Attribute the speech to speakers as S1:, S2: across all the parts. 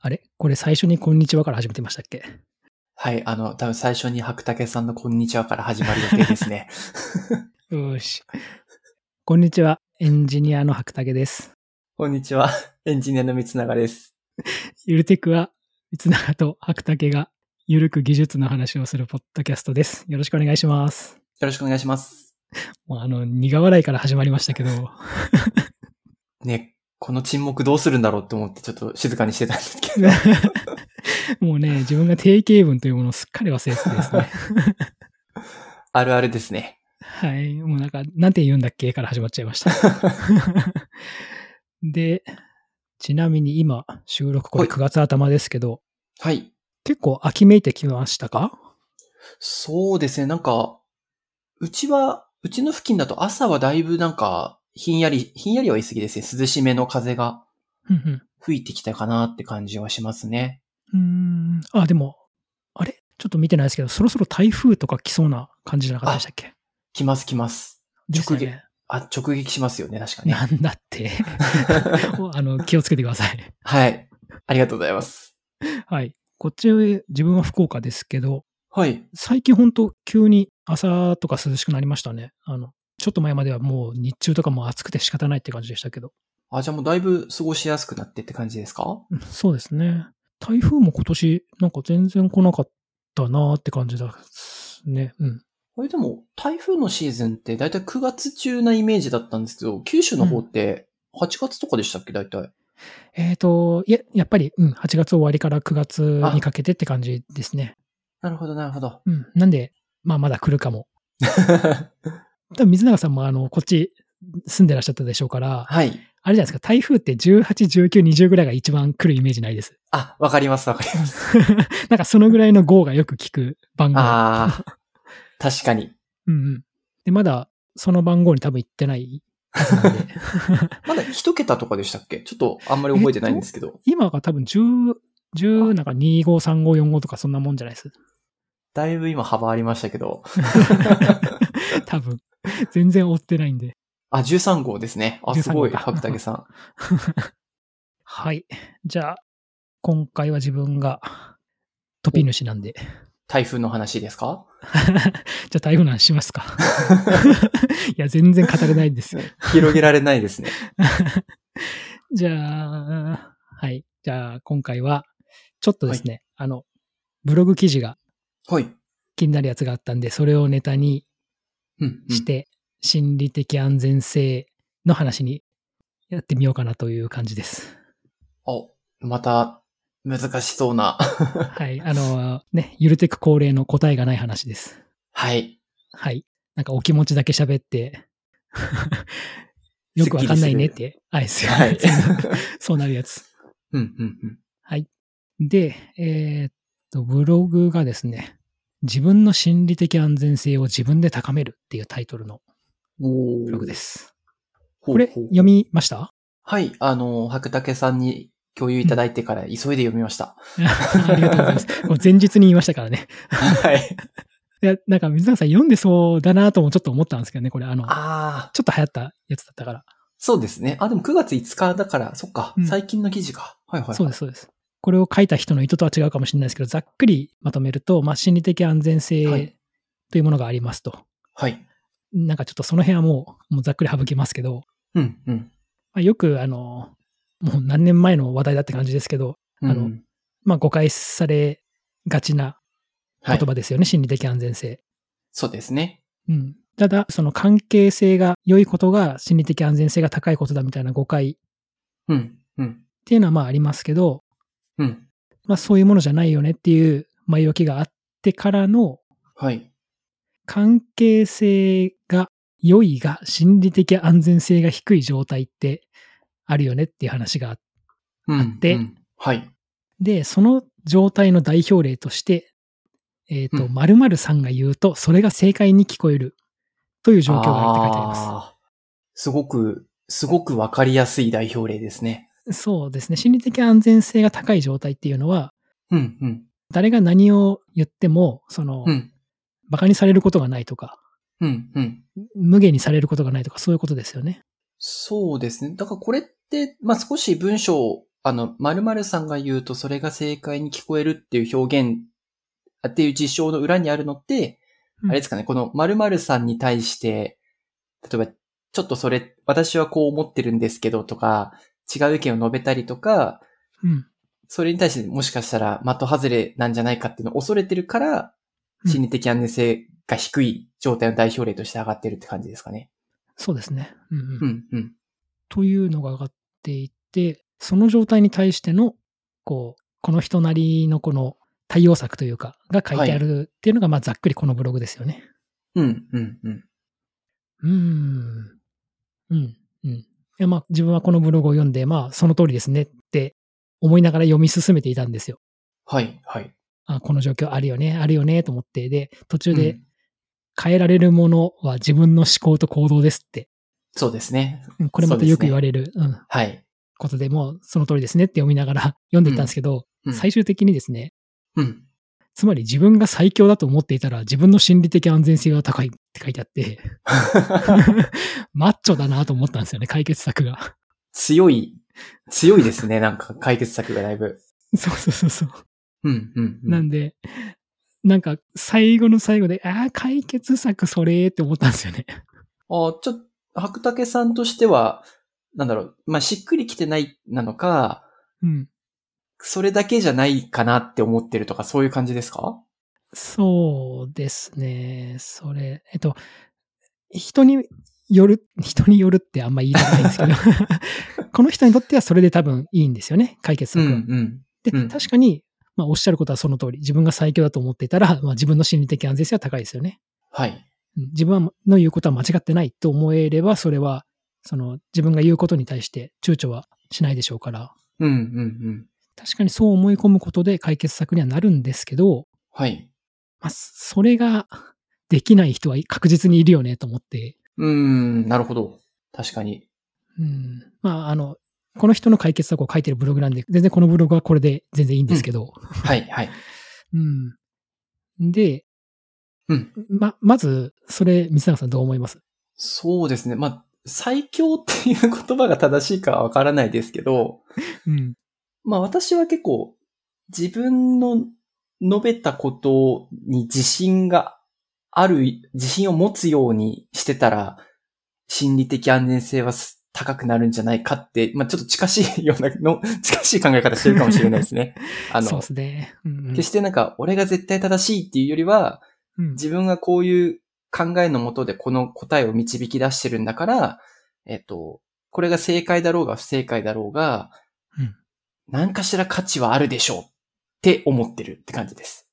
S1: あれこれ最初にこんにちはから始めてましたっけ
S2: はい、あの、多分最初に白竹さんのこんにちはから始まる予定ですね。
S1: よーし。こんにちは。エンジニアの白竹です。
S2: こんにちは。エンジニアの三永です。
S1: ゆるテクは、いつながと白竹がゆるく技術の話をするポッドキャストです。よろしくお願いします。
S2: よろしくお願いします。
S1: もうあの、苦笑いから始まりましたけど、
S2: ね、この沈黙どうするんだろうって思ってちょっと静かにしてたんです けど。
S1: もうね、自分が定型文というものをすっかり忘れててですね。
S2: あるあるですね。
S1: はい。もうなんか、なんて言うんだっけから始まっちゃいました。で、ちなみに今、収録これ
S2: はい
S1: 9月頭ですけど、
S2: はい。
S1: 結構秋めいてきましたか
S2: そうですね、なんか、うちは、うちの付近だと朝はだいぶなんか、ひんやり、ひんやりは言い過ぎですね。涼しめの風が
S1: うんうん。
S2: 吹いてきたかなって感じはしますね。
S1: うーん。あ、でも、あれちょっと見てないですけど、そろそろ台風とか来そうな感じじゃなかったでしたっけ
S2: 来ます来ます。
S1: ですよね
S2: 直撃あ、直撃しますよね、確 かね
S1: な。んだって。あの、気をつけてください。
S2: はい。ありがとうございます。
S1: はい。こっち、自分は福岡ですけど、
S2: はい。
S1: 最近本当急に朝とか涼しくなりましたね。あの、ちょっと前まではもう日中とかも暑くて仕方ないって感じでしたけど。
S2: あ、じゃあもうだいぶ過ごしやすくなってって感じですか
S1: うんそうですね。台風も今年なんか全然来なかったなーって感じですね。うん。
S2: これでも、台風のシーズンってだいたい9月中なイメージだったんですけど、九州の方って8月とかでしたっけ、だいたい。
S1: えっ、と、いや、やっぱり、うん、8月終わりから9月にかけてって感じですね。
S2: なるほど、なるほど。
S1: うん。なんで、まあ、まだ来るかも。多分、水永さんも、あの、こっち住んでらっしゃったでしょうから、
S2: はい。
S1: あれじゃないですか、台風って18、19、20ぐらいが一番来るイメージないです。
S2: あ、わかります、わかります。
S1: なんか、そのぐらいの号がよく聞く番号。
S2: ああ、確かに。
S1: うんうん。で、まだ、その番号に多分行ってない。
S2: まだ一桁とかでしたっけちょっとあんまり覚えてないんですけど。
S1: 今が多分10、10なんか25、35、45とかそんなもんじゃないです。
S2: だいぶ今幅ありましたけど。
S1: 多分。全然追ってないんで。
S2: あ、13号ですね。あ、すご
S1: 13
S2: い、
S1: 号か
S2: 白竹さん。
S1: はい。じゃあ、今回は自分がトピ主なんで、 じ
S2: 台風の話ですか
S1: ゃあ台風の話しますか。いや、全然語れないですよ。
S2: 広げられないですね。
S1: じゃあ、はい。じゃあ、今回は、ちょっとですね、あの、ブログ記事が
S2: はい。
S1: 気になるやつがあったんで、それをネタに
S2: うん、うん
S1: して、心理的安全性の話にやってみようかなという感じです。
S2: お、また、難しそうな。
S1: はい。あの、ね、ゆるテク恒例の答えがない話です。
S2: はい。
S1: はい。なんかお気持ちだけ喋って、 よくわかんないねって、あいすよ、
S2: はい。
S1: そうなるやつ。
S2: うん、うん、うん。
S1: で、えーっと、ブログがですね、自分の心理的安全性を自分で高めるっていうタイトルの
S2: お。
S1: ブログですす。
S2: ほう
S1: これ、
S2: ほう
S1: 読みました
S2: はい。あの、白竹さんに共有いただいてから急いで読みました。
S1: ありがとうございます。もう前日に言いましたからね。
S2: はい。
S1: いや、なんか水永さん読んでそうだなともちょっと思ったんですけどね、これ、あの、ちょ
S2: ああ、
S1: っと流行ったやつだったから。
S2: そうですね。あ、でも9月5日だから、そっか
S1: うん。
S2: 最近の記事か。はいはいはい。
S1: そうです、そうです。これを書いた人の意図とは違うかもしれないですけど、ざっくりまとめると、まあ、心理的安全
S2: は
S1: 性
S2: い
S1: というものがありますと。
S2: はい。
S1: なんかちょっとその辺はもう、もうざっくり省きますけど、
S2: うん、うん。
S1: まあ、よく、あの、もう何年前の話題だって感じですけど、
S2: うん
S1: あのまあ、誤解されがちな
S2: は
S1: 言
S2: い。
S1: 葉ですよね、心理的安全性。
S2: そうですね。
S1: うん。ただ、その関係性が良いことが心理的安全性が高いことだみたいな誤解っ
S2: うん、うん、
S1: ていうのはまあありますけど、
S2: うん。
S1: まあそういうものじゃないよねっていう前置きがあってからの
S2: はい。
S1: 関係性が良いが心理的安全性が低い状態ってあるよねっていう話があって、
S2: うん
S1: あって
S2: うんはい。
S1: で、その状態の代表例として、えっ、と、
S2: うん
S1: 〇〇さんが言うと、それが正解に聞こえるという状況があるって書いてありま
S2: あーすごく、すごくわかりやすい代表例ですね。
S1: す。そうですね。心理的安全性が高い状態っていうのは、
S2: うん、うん、
S1: 誰が何を言っても、その、
S2: うん、
S1: 馬鹿にされることがないとか、
S2: うん、うん。
S1: 無下にされることがないとか、そういうことですよね。
S2: そうですね。だからこれって、まあ、少し文章、あの、〇〇さんが言うとそれが正解に聞こえるっていう表現、あっていう事象の裏にあるのって、
S1: うん
S2: あれですかね、この〇〇さんに対して、例えば、ちょっとそれ、私はこう思ってるんですけどとか、違う意見を述べたりとか、
S1: うん。
S2: それに対してもしかしたら的外れなんじゃないかっていうのを恐れてるか
S1: う
S2: ら、
S1: ん
S2: 心理的安全性が低い状態の代表例として上がってるって感じですかね。
S1: そうですね。うんうん。
S2: うん、うん。
S1: というのが上がっていて、その状態に対しての、こう、この人なりのこの対応策というか、が書いてあるっていうのが、まあ、ざっくりこのブログですよね。
S2: うん、うん、うん。
S1: うーん。うん。うん。いや、まあ、自分はこのブログを読んで、まあ、その通りですねって思いながら読み進めていたんですよ。
S2: はい、はい。
S1: あ、この状況あるよね、あるよね、と思って。で、途中
S2: う
S1: で
S2: ん
S1: 変えられるものは自分の思考と行動ですって。
S2: そうですね。
S1: うんこれまたよく言われる、うん、
S2: はい。
S1: ことでもう、その通りですねって読みながら 読んでいったんですけど、
S2: うん
S1: 最終的にですね、
S2: うん。
S1: つまり自分が最強だと思っていたら自分の心理的安全性が高いって書いてあ って、マッチョだなと思ったんですよね、解決策が。
S2: 強い、強いですね。なんか解決策がだいぶ。
S1: そうそうそうそう。
S2: うん、うん、う。
S1: なんんで、なんか最後の最後で、ああ、解決策それって思ったんですよね。
S2: あちょっと、白竹さんとしては、なんだろう、まあ、しっくりきてないなのか、
S1: うん。
S2: それだけじゃないかなって思ってるとか、そういう感じですか
S1: そうですね。それ、えっと、人による、人によるってあんま言いたくないんです けど、この人にとってはそれで多分いいんですよね、解決
S2: う
S1: 策
S2: ん、
S1: は。
S2: うん。
S1: で、
S2: うん
S1: 確かに、まあ、おっしゃることはその通り。自分が最強だと思っていたら、まあ、自分の心理的安全性は高いですよね。
S2: はい。
S1: うん自分の言うことは間違ってないと思えれば、それは、その自分が言うことに対して躊躇はしないでしょうから、
S2: うん、うん、うん。
S1: 確かにそう思い込むことで解決策にはなるんですけど、
S2: はい。
S1: まあ、それができない人は確実にいるよねと思って、
S2: うーん、なるほど。確かに。
S1: うん、まあ、あの、この人の解決策を書いてるブログなんで、全然このブログはこれで全然いいんですけど、
S2: はい、はい。
S1: うん。で、
S2: うん
S1: ま、まず、それ、水永さんどう思います
S2: そうですね。まあ、最強っていう言葉が正しいかはわからないですけど、
S1: うん。
S2: まあ私は結構自分の述べたことに自信がある、自信を持つようにしてたら、心理的安全性はす高くなるんじゃないかって、まあちょっと近しいようなの、 近しい考え方してるかもしれないですね。あ
S1: そう
S2: の
S1: で、すね。うん、うん
S2: 決してなんか俺が絶対正しいっていうよりは、
S1: うん
S2: 自分がこういう考えのもとでこの答えを導き出してるんだから、えっと、これが正解だろうが不正解だろうが、
S1: うん
S2: 何かしら価値はあるでしょうって思ってるって感じです。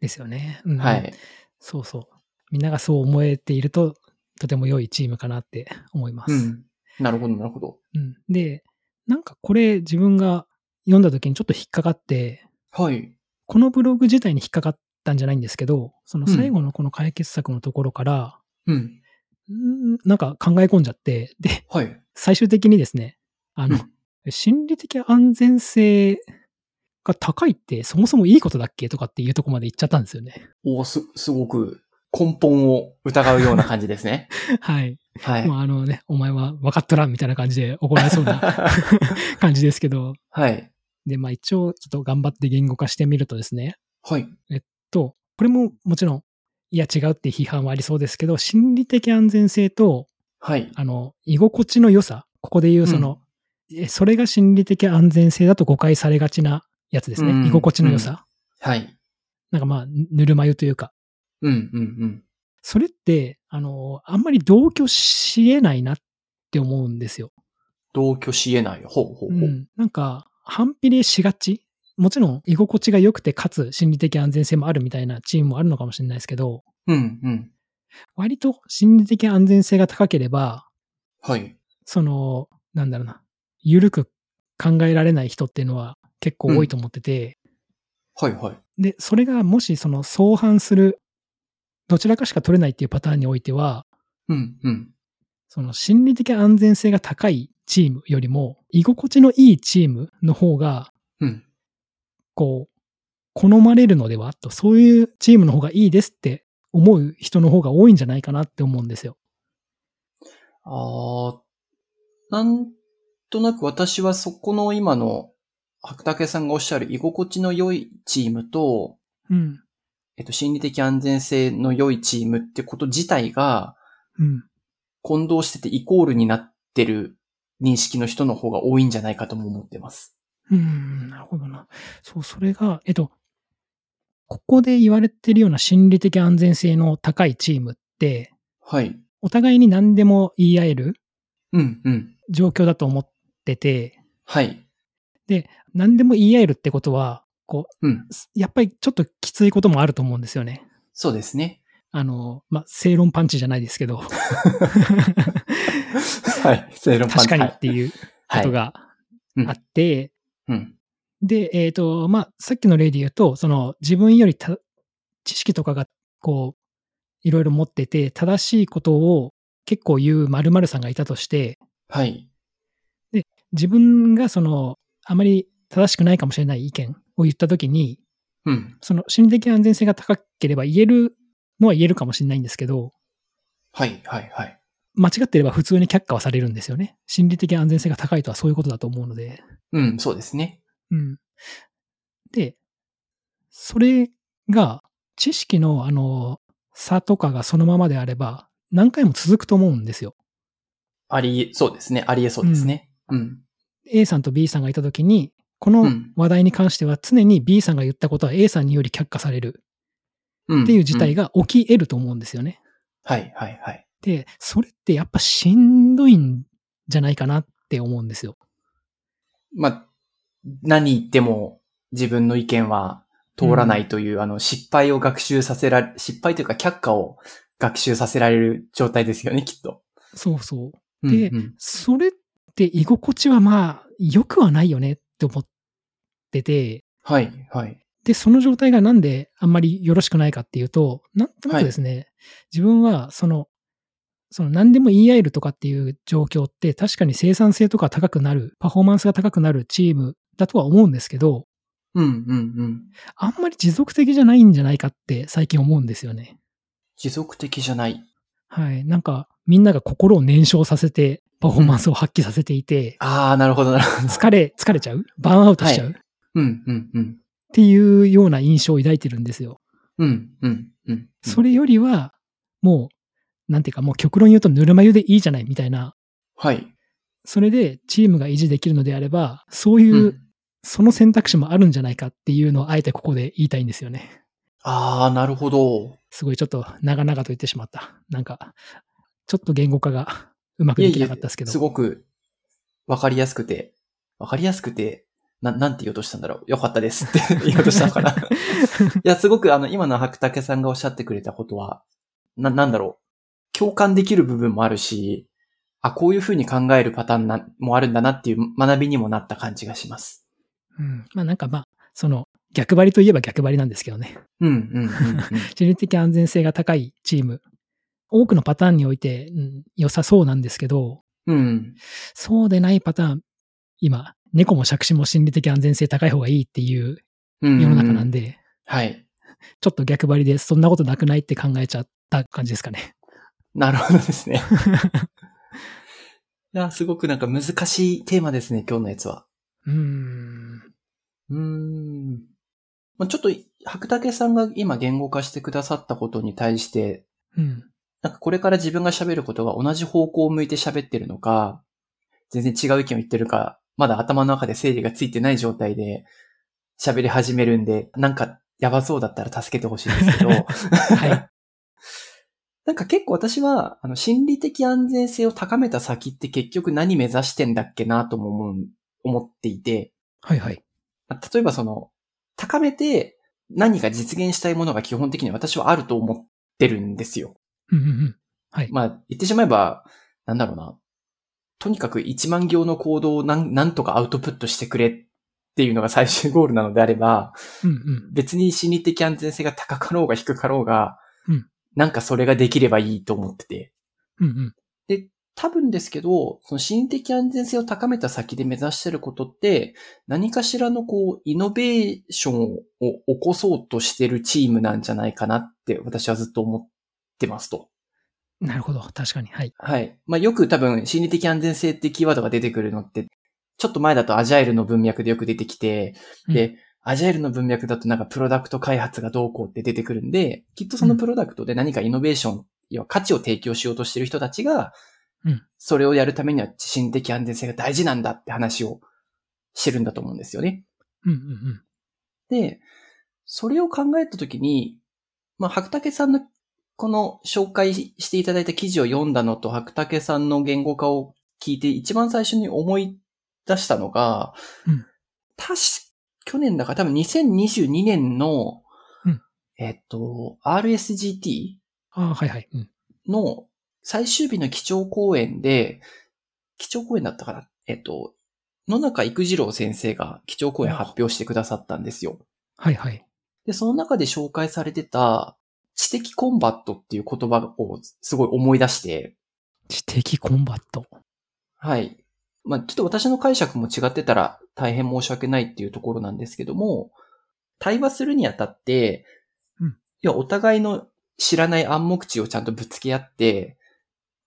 S1: ですよね。うん
S2: はい。
S1: そうそう。みんながそう思えていると、とても良いチームかなって思いま
S2: う
S1: す。
S2: ん。なるほど、なるほど。
S1: うんで、なんかこれ自分が読んだ時にちょっと引っかかって、
S2: はい。
S1: このブログ自体に引っかかったんじゃないんですけど、その最後のこの解決策のところから、
S2: うん。
S1: うんなんか考え込んじゃって、で、
S2: はい。
S1: 最終的にですね、あの、
S2: う
S1: 心理的安全性が高いってそもそもいいことだっけとかっていうとこまで行っちゃったんですよね。
S2: おーす、すごく根本を疑うような感じで すね。
S1: はい。
S2: はい。
S1: まあ、あのね、お前は分かっとらんみたいな感じ で怒られそうな感じですけど、
S2: はい。
S1: で、まあ一応ちょっと頑張って言語化してみるとですね、
S2: はい。
S1: と、これももちろん、いや違うって批判はありそうですけど、心理的安全性と、
S2: はい。
S1: あの、居心地の良さ、ここで言うその、えそれが心理的安全性だと誤解されがちなやつですね。
S2: うん
S1: 居心地の良さ。
S2: はい。
S1: なんかまあ、ぬぬるま湯というか。
S2: うん、うん、うん。
S1: それって、あの、あんまり同居し得ないなって思うんですよ。
S2: 同居し得ない。ほうほうほう。
S1: うん、なんか反比例しがちもちろん居心地が良くてかつ心理的安全性もあるみたいなチームもあるのかもしれないですけど
S2: うん、うん。
S1: 割と心理的安全性が高ければ
S2: はい。
S1: そのなんだろうな緩く考えられない人っていうのは結構多いと思ってて、
S2: はい、はい。
S1: でそれがもしその相反するどちらかしか取れないっていうパターンにおいては
S2: うん、うん。
S1: その心理的安全性が高いチームよりも居心地のいいチームの方が
S2: うん。
S1: こう、好まれるのではと、そういうチームの方がいいですって思う人の方が多いんじゃないかなって思うんですよ。
S2: ああ、なんとなく私はそこの今の白竹さんがおっしゃる居心地の良いチームと、
S1: うん。
S2: えっと、心理的安全性の良いチームってこと自体が
S1: うん。
S2: 混同しててイコールになってる認識の人の方が多いんじゃないかとも思ってます。
S1: うん。なるほどな。そう、それが、えっと、ここで言われてるような心理的安全性の高いチームって、
S2: はい。
S1: お互いに何でも言い合える
S2: うん、うん。
S1: 状況だと思ってて、
S2: はい。
S1: 何でも言い合えるってことは、こ
S2: うん。
S1: う、やっぱりちょっときついこともあると思うんですよね。
S2: そうですね。
S1: あの、まあ、正論パンチじゃないですけど、
S2: はい。正論パン
S1: 確
S2: チ
S1: かにっていう
S2: は
S1: こ
S2: い
S1: とが
S2: うん
S1: あって、
S2: うん。
S1: で、えっ、と、まあ、さっきの例で言うと、その自分よりた知識とかが、こう、いろいろ持ってて、正しいことを結構言う〇〇さんがいたとして、
S2: はい。
S1: 自分がその、あまり正しくないかもしれない意見を言ったときに、
S2: うん。
S1: その心理的安全性が高ければ言えるのは言えるかもしれないんですけど、
S2: はい、はい、はい。
S1: 間違ってれば普通に却下はされるんですよね。心理的安全性が高いとはそういうことだと思うので。
S2: うん、そうですね。
S1: うん。で、それが知識のあの差とかがそのままであれば何回も続くと思うんですよ。
S2: あり、そうですね。ありえそうですね。うん。
S1: A さんと B さんがいたときに、こ
S2: う
S1: の
S2: ん。
S1: 話題に関しては常に B さんが言ったことは A さんにより却下される
S2: うん。
S1: っていう事態
S2: が。
S1: が起き得ると思うんですよね。
S2: はい、はい、はい。
S1: で、それってやっぱしんどいんじゃないかなって思うんですよ。
S2: まあ、何言っても自分の意見は通らないという、あの、失敗を学習させられ、失敗というか却下を学習させられる状態ですよね、きっと。
S1: そうそう。
S2: うん
S1: で
S2: うん
S1: それって居心地はまあ良くはないよねって思ってて、
S2: はい、はい。
S1: で、その状態がなんであんまりよろしくないかっていうと、なんとなくですね、自分はその、その何でも言い合えるとかっていう状況って確かに生産性とか高くなる、パフォーマンスが高くなるチームだとは思うんですけど、
S2: うん、うん、うん。
S1: あんまり持続的じゃないんじゃないかって最近思うんですよね。
S2: 持続的じゃない。
S1: はい。なんかみんなが心を燃焼させてパフォーマンスを発揮させていて、
S2: ああ、なるほど、なるほど。
S1: 疲れ、疲れちゃうバーンアウトしちゃう、
S2: は
S1: っ
S2: うん、うん、うん。
S1: ていうような印象を抱いてるんですよ。
S2: うん、うん、うん。
S1: そ
S2: れ。
S1: れよりは、もう、なんていうか、もう極論言うとぬるま湯でいいじゃないみたいな、
S2: はい。
S1: それでチームが維持できるのであれば、そういう、
S2: うん。
S1: その選択肢もあるんじゃないかっていうのをあえてここで言いたいんですよね。
S2: ああ、なるほど。
S1: すごいちょっと長々と言ってしまった。なんか、ちょっと言語化がうまくできなかったですけど。
S2: すごくわかりやすくて、わかりやすくて、な、なんて言おうとしたんだろう。よかったですって 言おうとしたの かな。いや、すごくあの、今の白竹さんがおっしゃってくれたことは、な、なんだろう。共感できる部分もあるし、あ、こういうふうに考えるパターンな、もあるんだなっていう学びにもなった感じがします。
S1: うん、まあなんかまあ、その、逆張りといえば逆張りなんですけどね。
S2: うん、うん、うんうん。
S1: 心理的安全性が高いチーム。多くのパターンにおいて、うん良さそうなんですけど、
S2: うん。
S1: そうでないパターン、今、猫も借子も心理的安全性高い方がいいっていう
S2: うんうん
S1: 世の中なんで、
S2: はい。
S1: ちょっと逆張りでそんなことなくないって考えちゃった感じですかね。
S2: なるほどですね。 いや、すごくなんか難しいテーマですね、今日のやつは。
S1: うーん。
S2: うーん。まあ、ちょっと、白竹さんが今言語化してくださったことに対して、
S1: うん。
S2: なんかこれから自分が喋ることが同じ方向を向いて喋ってるのか、全然違う意見を言ってるか、まだ頭の中で整理がついてない状態で喋り始めるんで、なんかやばそうだったら助けてほしいんですけど、
S1: はい。
S2: なんか結構私は、あの、心理的安全性を高めた先って結局何目指してんだっけなとも思う、思っていて、
S1: はいはい。
S2: 例えばその、高めて何か実現したいものが基本的に私はあると思ってるんですよ。
S1: うんうんうん。はい。
S2: まあ、言ってしまえば、なんだろうな。とにかく1万行の行動をなんなんとかアウトプットしてくれっていうのが 最終ゴールなのであれば、
S1: うんうん。
S2: 別に心理的安全性が高かろうが低かろうが、
S1: うん
S2: なんかそれができればいいと思ってて。
S1: うんうん。
S2: 多分ですけど、その心理的安全性を高めた先で目指してることって、何かしらのこう、イノベーションを起こそうとしてるチームなんじゃないかなって私はずっと思ってますと。
S1: なるほど。確かに。はい。
S2: はい。まあ、よく多分心理的安全性ってキーワードが出てくるのって、ちょっと前だとアジャイルの文脈でよく出てきて、で、アジャイルの文脈だとなんかプロダクト開発がどうこうって出てくるんで、きっとそのプロダクトで何かイノベーション、要は価値を提供しようとしてる人たちが
S1: うん、
S2: それをやるためには地震的安全性が大事なんだって話をしてるんだと思うんですよね。
S1: うんうんうん。
S2: で、それを考えたときに、まあ、白竹さんのこの紹介していただいた記事を読んだのと、白竹さんの言語化を聞いて一番最初に思い出したのが、
S1: うん
S2: 確か、去年だから多分2022年の、
S1: うん
S2: えっと、RSGT
S1: ああ、はいはい。うん。
S2: の最終日の基調講演で、基調講演だったかなえっと、野中育次郎先生が基調講演発表してくださったんですよ。
S1: はいはい。
S2: で、その中で紹介されてた、知的コンバットっていう言葉をすごい思い出して、
S1: 知的コンバット。
S2: はい。まあ、ちょっと私の解釈も違ってたら大変申し訳ないっていうところなんですけども、対話するにあたって、
S1: うん
S2: 要はお互いの知らない暗黙知をちゃんとぶつけ合って、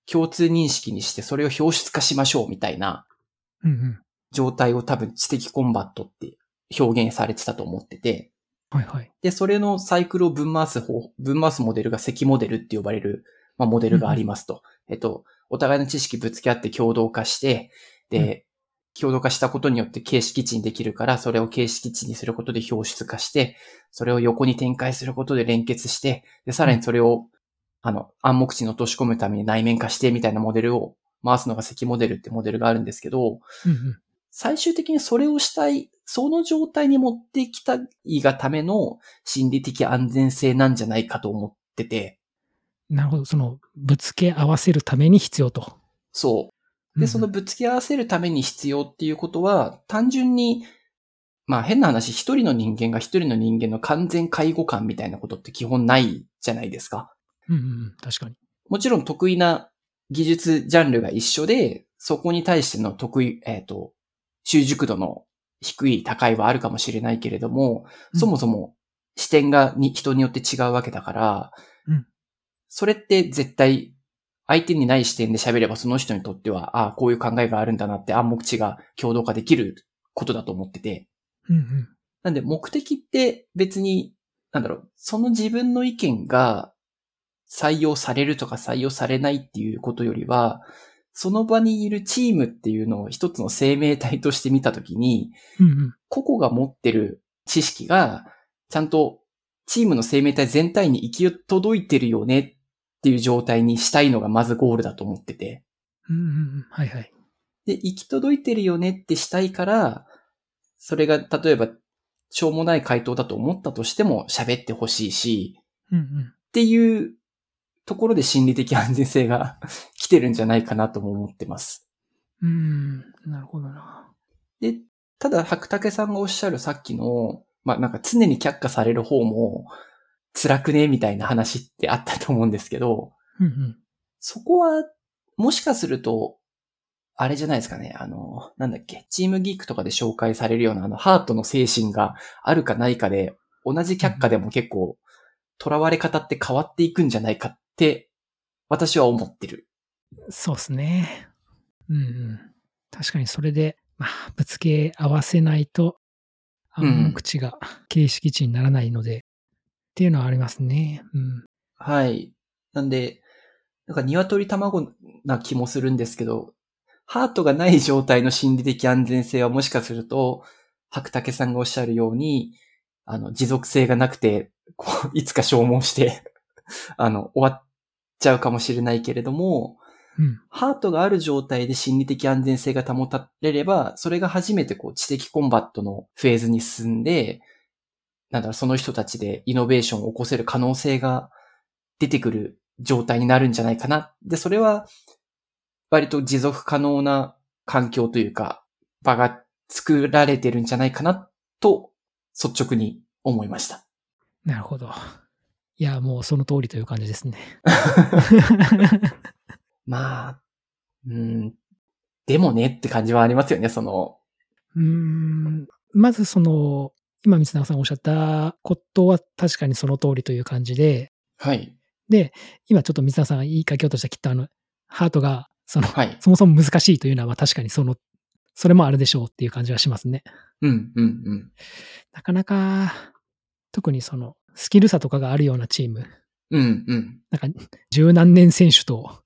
S2: 共通認識にしてそれを表出化しましょうみたいな
S1: うんうん。
S2: 状態を多分知的コンバットって表現されてたと思ってて、
S1: はいはい。
S2: で、それのサイクルを分回す方、分回すモデルが積モデルって呼ばれる、まあ、モデルがありますと。えっと、お互いの知識ぶつけ合って共同化して、で、共同化したことによって形式値にできるから、それを形式値にすることで表出化して、それを横に展開することで連結して、で、さらにそれを、あの、暗黙知に落とし込むために内面化してみたいなモデルを回すのが積モデルってモデルがあるんですけど、
S1: うんうん。
S2: 最終的にそれをしたい、その状態に持ってきたいがための心理的安全性なんじゃないかと思ってて、
S1: なるほど。その、ぶつけ合わせるために必要と。
S2: そう。
S1: うんう
S2: で、
S1: ん
S2: その、ぶつけ合わせるために必要っていうことは、単純に、まあ変な話、一人の人間が一人の人間の完全介護感みたいなことって基本ないじゃないですか。
S1: うんうんうん。確かに。
S2: もちろん得意な技術ジャンルが一緒で、そこに対しての得意、えっ、と、習熟度の低い、高いはあるかもしれないけれども、
S1: うん
S2: そもそも視点がに人によって違うわけだから、
S1: うん
S2: それって絶対相手にない視点で喋ればその人にとっては、ああ、こういう考えがあるんだなって暗黙知が共同化できることだと思ってて、
S1: うんうん。
S2: なんで目的って別に、なんだろう、その自分の意見が採用されるとか採用されないっていうことよりは、その場にいるチームっていうのを一つの生命体として見たときに、
S1: うんうん。
S2: 個々が持ってる知識が、ちゃんとチームの生命体全体に行き届いてるよねっていう状態にしたいのがまずゴールだと思ってて。
S1: うんうんうん。はいはい。
S2: で、行き届いてるよねってしたいから、それが例えば、しょうもない回答だと思ったとしても喋ってほしいし、
S1: うんうん。
S2: っていうところで心理的安全性が 来てるんじゃないかなとも思ってます。
S1: うん。なるほどな。
S2: で、ただ、白竹さんがおっしゃるさっきの、まあ、なんか常に却下される方も、辛くねみたいな話ってあったと思うんですけど、
S1: うんうん。
S2: そこは、もしかすると、あれじゃないですかね。あの、なんだっけ。チームギークとかで紹介されるような、あの、ハートの精神があるかないかで、同じ却下でも結構、囚われ方って変わっていくんじゃないかって、私は思ってる。
S1: そうですね。うんうん。確かにそれで、まあ、ぶつけ合わせないと、
S2: うん
S1: 暗黙知が形式値にならないので、っていうのはありますね。うん。
S2: はい。なんで、なんか鶏卵な気もするんですけど、ハートがない状態の心理的安全性はもしかすると、白竹さんがおっしゃるように、あの、持続性がなくて、こう、いつか消耗して、あの、終わっちゃうかもしれないけれども、
S1: うん。
S2: ハートがある状態で心理的安全性が保たれれば、それが初めてこう知的コンバットのフェーズに進んで、なんだろう、その人たちでイノベーションを起こせる可能性が出てくる状態になるんじゃないかな。で、それは、割と持続可能な環境というか、場が作られてるんじゃないかな、と、率直に思いました。
S1: なるほど。いや、もうその通りという感じですね。
S2: まあ、うん、でもねって感じはありますよね、その、
S1: うーん。まずその、今、三永さんがおっしゃったことは確かにその通りという感じで、
S2: はい、
S1: で、今ちょっと三永さんが言いかけようとしたきっとあの、ハートが、その、
S2: はい。
S1: そもそも難しいというのはまあ確かにそのそれもあるでしょうっていう感じはしますね。
S2: うん、うん、うん。
S1: なかなか、特にその、スキル差とかがあるようなチーム、
S2: うん、うん。
S1: なんか、十何年選手と、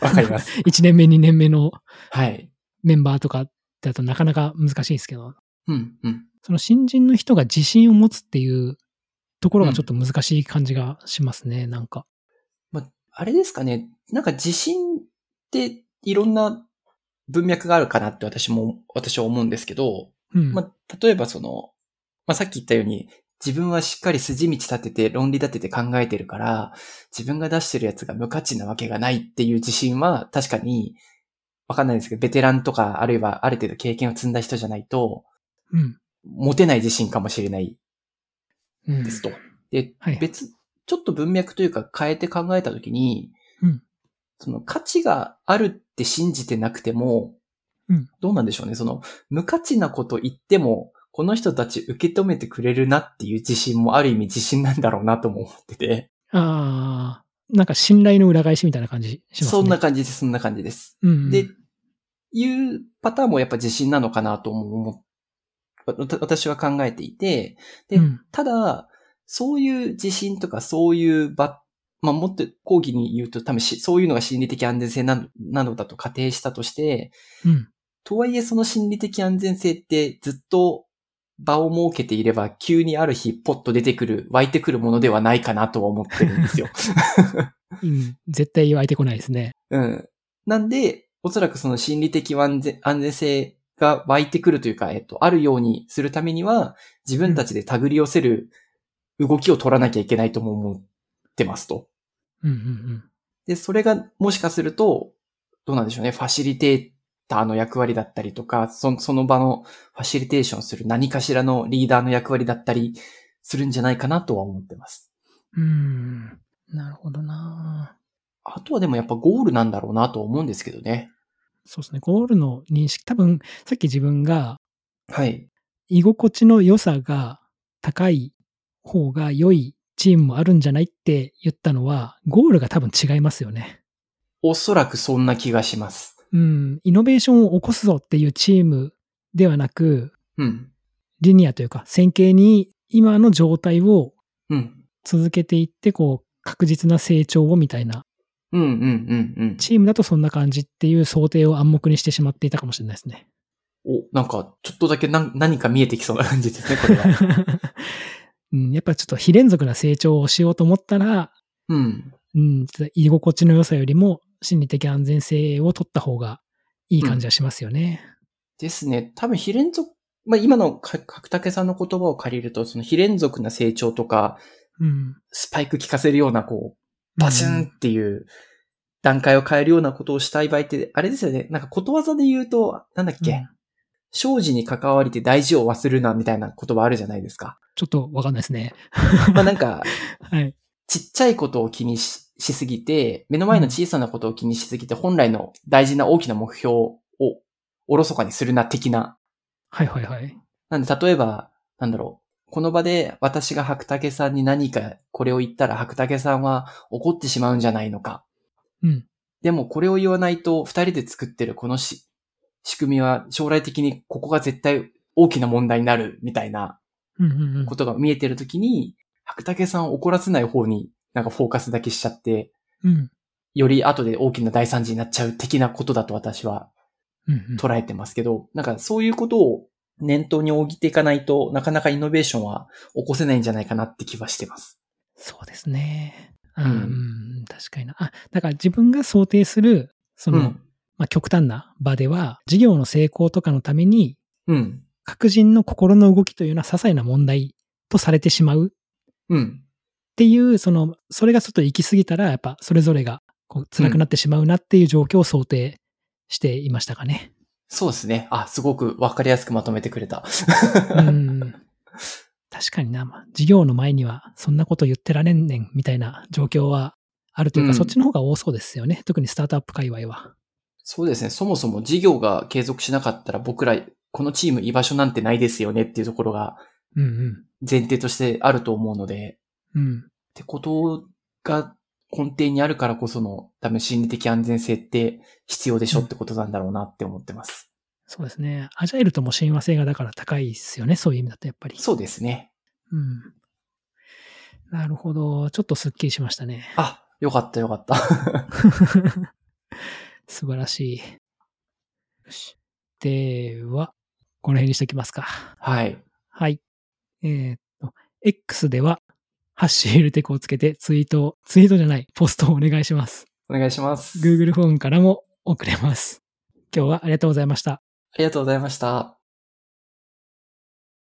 S2: わかります。
S1: 1年目、2年目の
S2: はい。
S1: メンバーとかだとなかなか難しいんですけど、
S2: うん、うん。
S1: その新人の人が自信を持つっていうところがちょっと難しい感じがしますね、なんか。
S2: あれですかね。なんか自信っていろんな文脈があるかなって私も、私は思うんですけど、
S1: うん。
S2: まあ、例えばその、まあ、さっき言ったように、自分はしっかり筋道立てて、論理立てて考えてるから、自分が出してるやつが無価値なわけがないっていう自信は確かに、わかんないですけど、ベテランとか、あるいはある程度経験を積んだ人じゃないと、
S1: うん。
S2: 持てない自信かもしれない
S1: うん。
S2: ですと。で、
S1: はい
S2: 別、ちょっと文脈というか変えて考えたときに、
S1: うん
S2: その価値があるって信じてなくても、
S1: うん
S2: どうなんでしょうね。その無価値なこと言っても、この人たち受け止めてくれるなっていう自信もある意味自信なんだろうなとも思ってて、
S1: ああ、なんか信頼の裏返しみたいな感じしますね。
S2: そんな感じです、そんな感じです。
S1: うんうん、
S2: で、いうパターンもやっぱ自信なのかなとも思わわた私は考えていて、で
S1: うん、
S2: ただ、そういう自信とかそういう場、まあ、もっと講義に言うと多分し、そういうのが心理的安全性なのなのだと仮定したとして、
S1: うん。
S2: とはいえその心理的安全性ってずっと場を設けていれば急にある日ポッと出てくる、湧いてくるものではないかなとは思ってるんですよ。
S1: うん。絶対湧いてこないですね。
S2: うん。なんで、おそらくその心理的安全安全性が湧いてくるというか、えっと、あるようにするためには、自分たちで手繰り寄せる動きを取らなきゃいけないとも思ってますと。
S1: うんうんうん。
S2: で、それがもしかすると、どうなんでしょうね、ファシリテーターの役割だったりとか、そその場のファシリテーションする何かしらのリーダーの役割だったりするんじゃないかなとは思ってます。
S1: うん。なるほどな
S2: あとはでもやっぱゴールなんだろうなと思うんですけどね。
S1: そうですね。ゴールの認識、多分、さっき自分が
S2: はい。
S1: 居心地の良さが高い方が良いチームもあるんじゃないって言ったのは、ゴールが多分違いますよね。
S2: おそらくそんな気がします。
S1: うん。イノベーションを起こすぞっていうチームではなく、
S2: うん。
S1: リニアというか、線形に今の状態を
S2: うん。
S1: 続けていって、こう、確実な成長をみたいな、
S2: うんうんうんうん。
S1: チームだとそんな感じっていう想定を暗黙にしてしまっていたかもしれないですね。
S2: お、なんか、ちょっとだけなん何か見えてきそうな感じですね、これ は。
S1: うん、やっぱちょっと非連続な成長をしようと思ったら、
S2: うん。
S1: うん、ちょっと居心地の良さよりも心理的安全性を取った方がいい感じはしますよね。
S2: ですね。多分、非連続、まあ、今のか角竹さんの言葉を借りると、その非連続な成長とか、
S1: うん。
S2: スパイク効かせるような、こう、バチュンっていう段階を変えるようなことをしたい場合って、あれですよね。なんか、ことわざで言うと、なんだっ
S1: うん
S2: け、
S1: うん
S2: 生事に関わりて大事を忘れるな、みたいな言葉あるじゃないですか。
S1: ちょっとわかんないですね。
S2: まあ、なんか、
S1: はい。
S2: ちっちゃいことを気にししすぎて、目の前の小さなことを気にしすぎて、本来の大事な大きな目標をおろそかにするな、的な。
S1: はいはいはい。
S2: なんで、例えば、なんだろう。この場で私が白竹さんに何かこれを言ったら白竹さんは怒ってしまうんじゃないのか。
S1: うん。
S2: でもこれを言わないと二人で作ってるこのし仕組みは将来的にここが絶対大きな問題になるみたいな
S1: うんうんうん
S2: こ。とが見えてるときに、白竹さんを怒らせない方になんかフォーカスだけしちゃって、
S1: うん。
S2: より後で大きな大惨事になっちゃう的なことだと私は
S1: うんうん
S2: 捉えてますけど、なんかそういうことを念頭に置いていかないとなかなかイノベーションは起こせないんじゃないかなって気はしてます。
S1: そうですね。うん、
S2: ん
S1: うん確かにな。あ、だから自分が想定する、その、
S2: うん。
S1: まあ、極端な場では、事業の成功とかのために、
S2: うん。
S1: 各人の心の動きというのは些細な問題とされてしまうっ
S2: うん。
S1: ていう、その、それがちょっと行き過ぎたら、やっぱそれぞれがこう辛くなってしまうなっていう状況を想定していましたかね。
S2: そうですね。あ、すごくわかりやすくまとめてくれた。
S1: うん。確かにな、まあ、事業の前にはそんなこと言ってられんねんみたいな状況はあるというか、
S2: うん
S1: そっちの方が多そうですよね。特にスタートアップ界隈は。
S2: そうですね。そもそも事業が継続しなかったら僕ら、このチーム居場所なんてないですよねっていうところが
S1: うんうん。
S2: 前提としてあると思うので、
S1: うん。
S2: ってことが根底にあるからこその多分心理的安全性って必要でしょってことなんだろうなって思ってます。
S1: そうですね。アジャイルとも親和性がだから高いですよね。そういう意味だとやっぱり。
S2: そうですね。
S1: うん。なるほど。ちょっとすっきりしましたね。
S2: あ、よかったよかった。
S1: 素晴らしい。よし。では、この辺にしておきますか。
S2: はい。
S1: はい。えーっと、X では、ハッシュエルテコをつけてツイートを、ツイートじゃない、ポストをお願いします。
S2: お願いします。
S1: Google フォームからも送れます。今日はありがとうございました。
S2: ありがとうございました。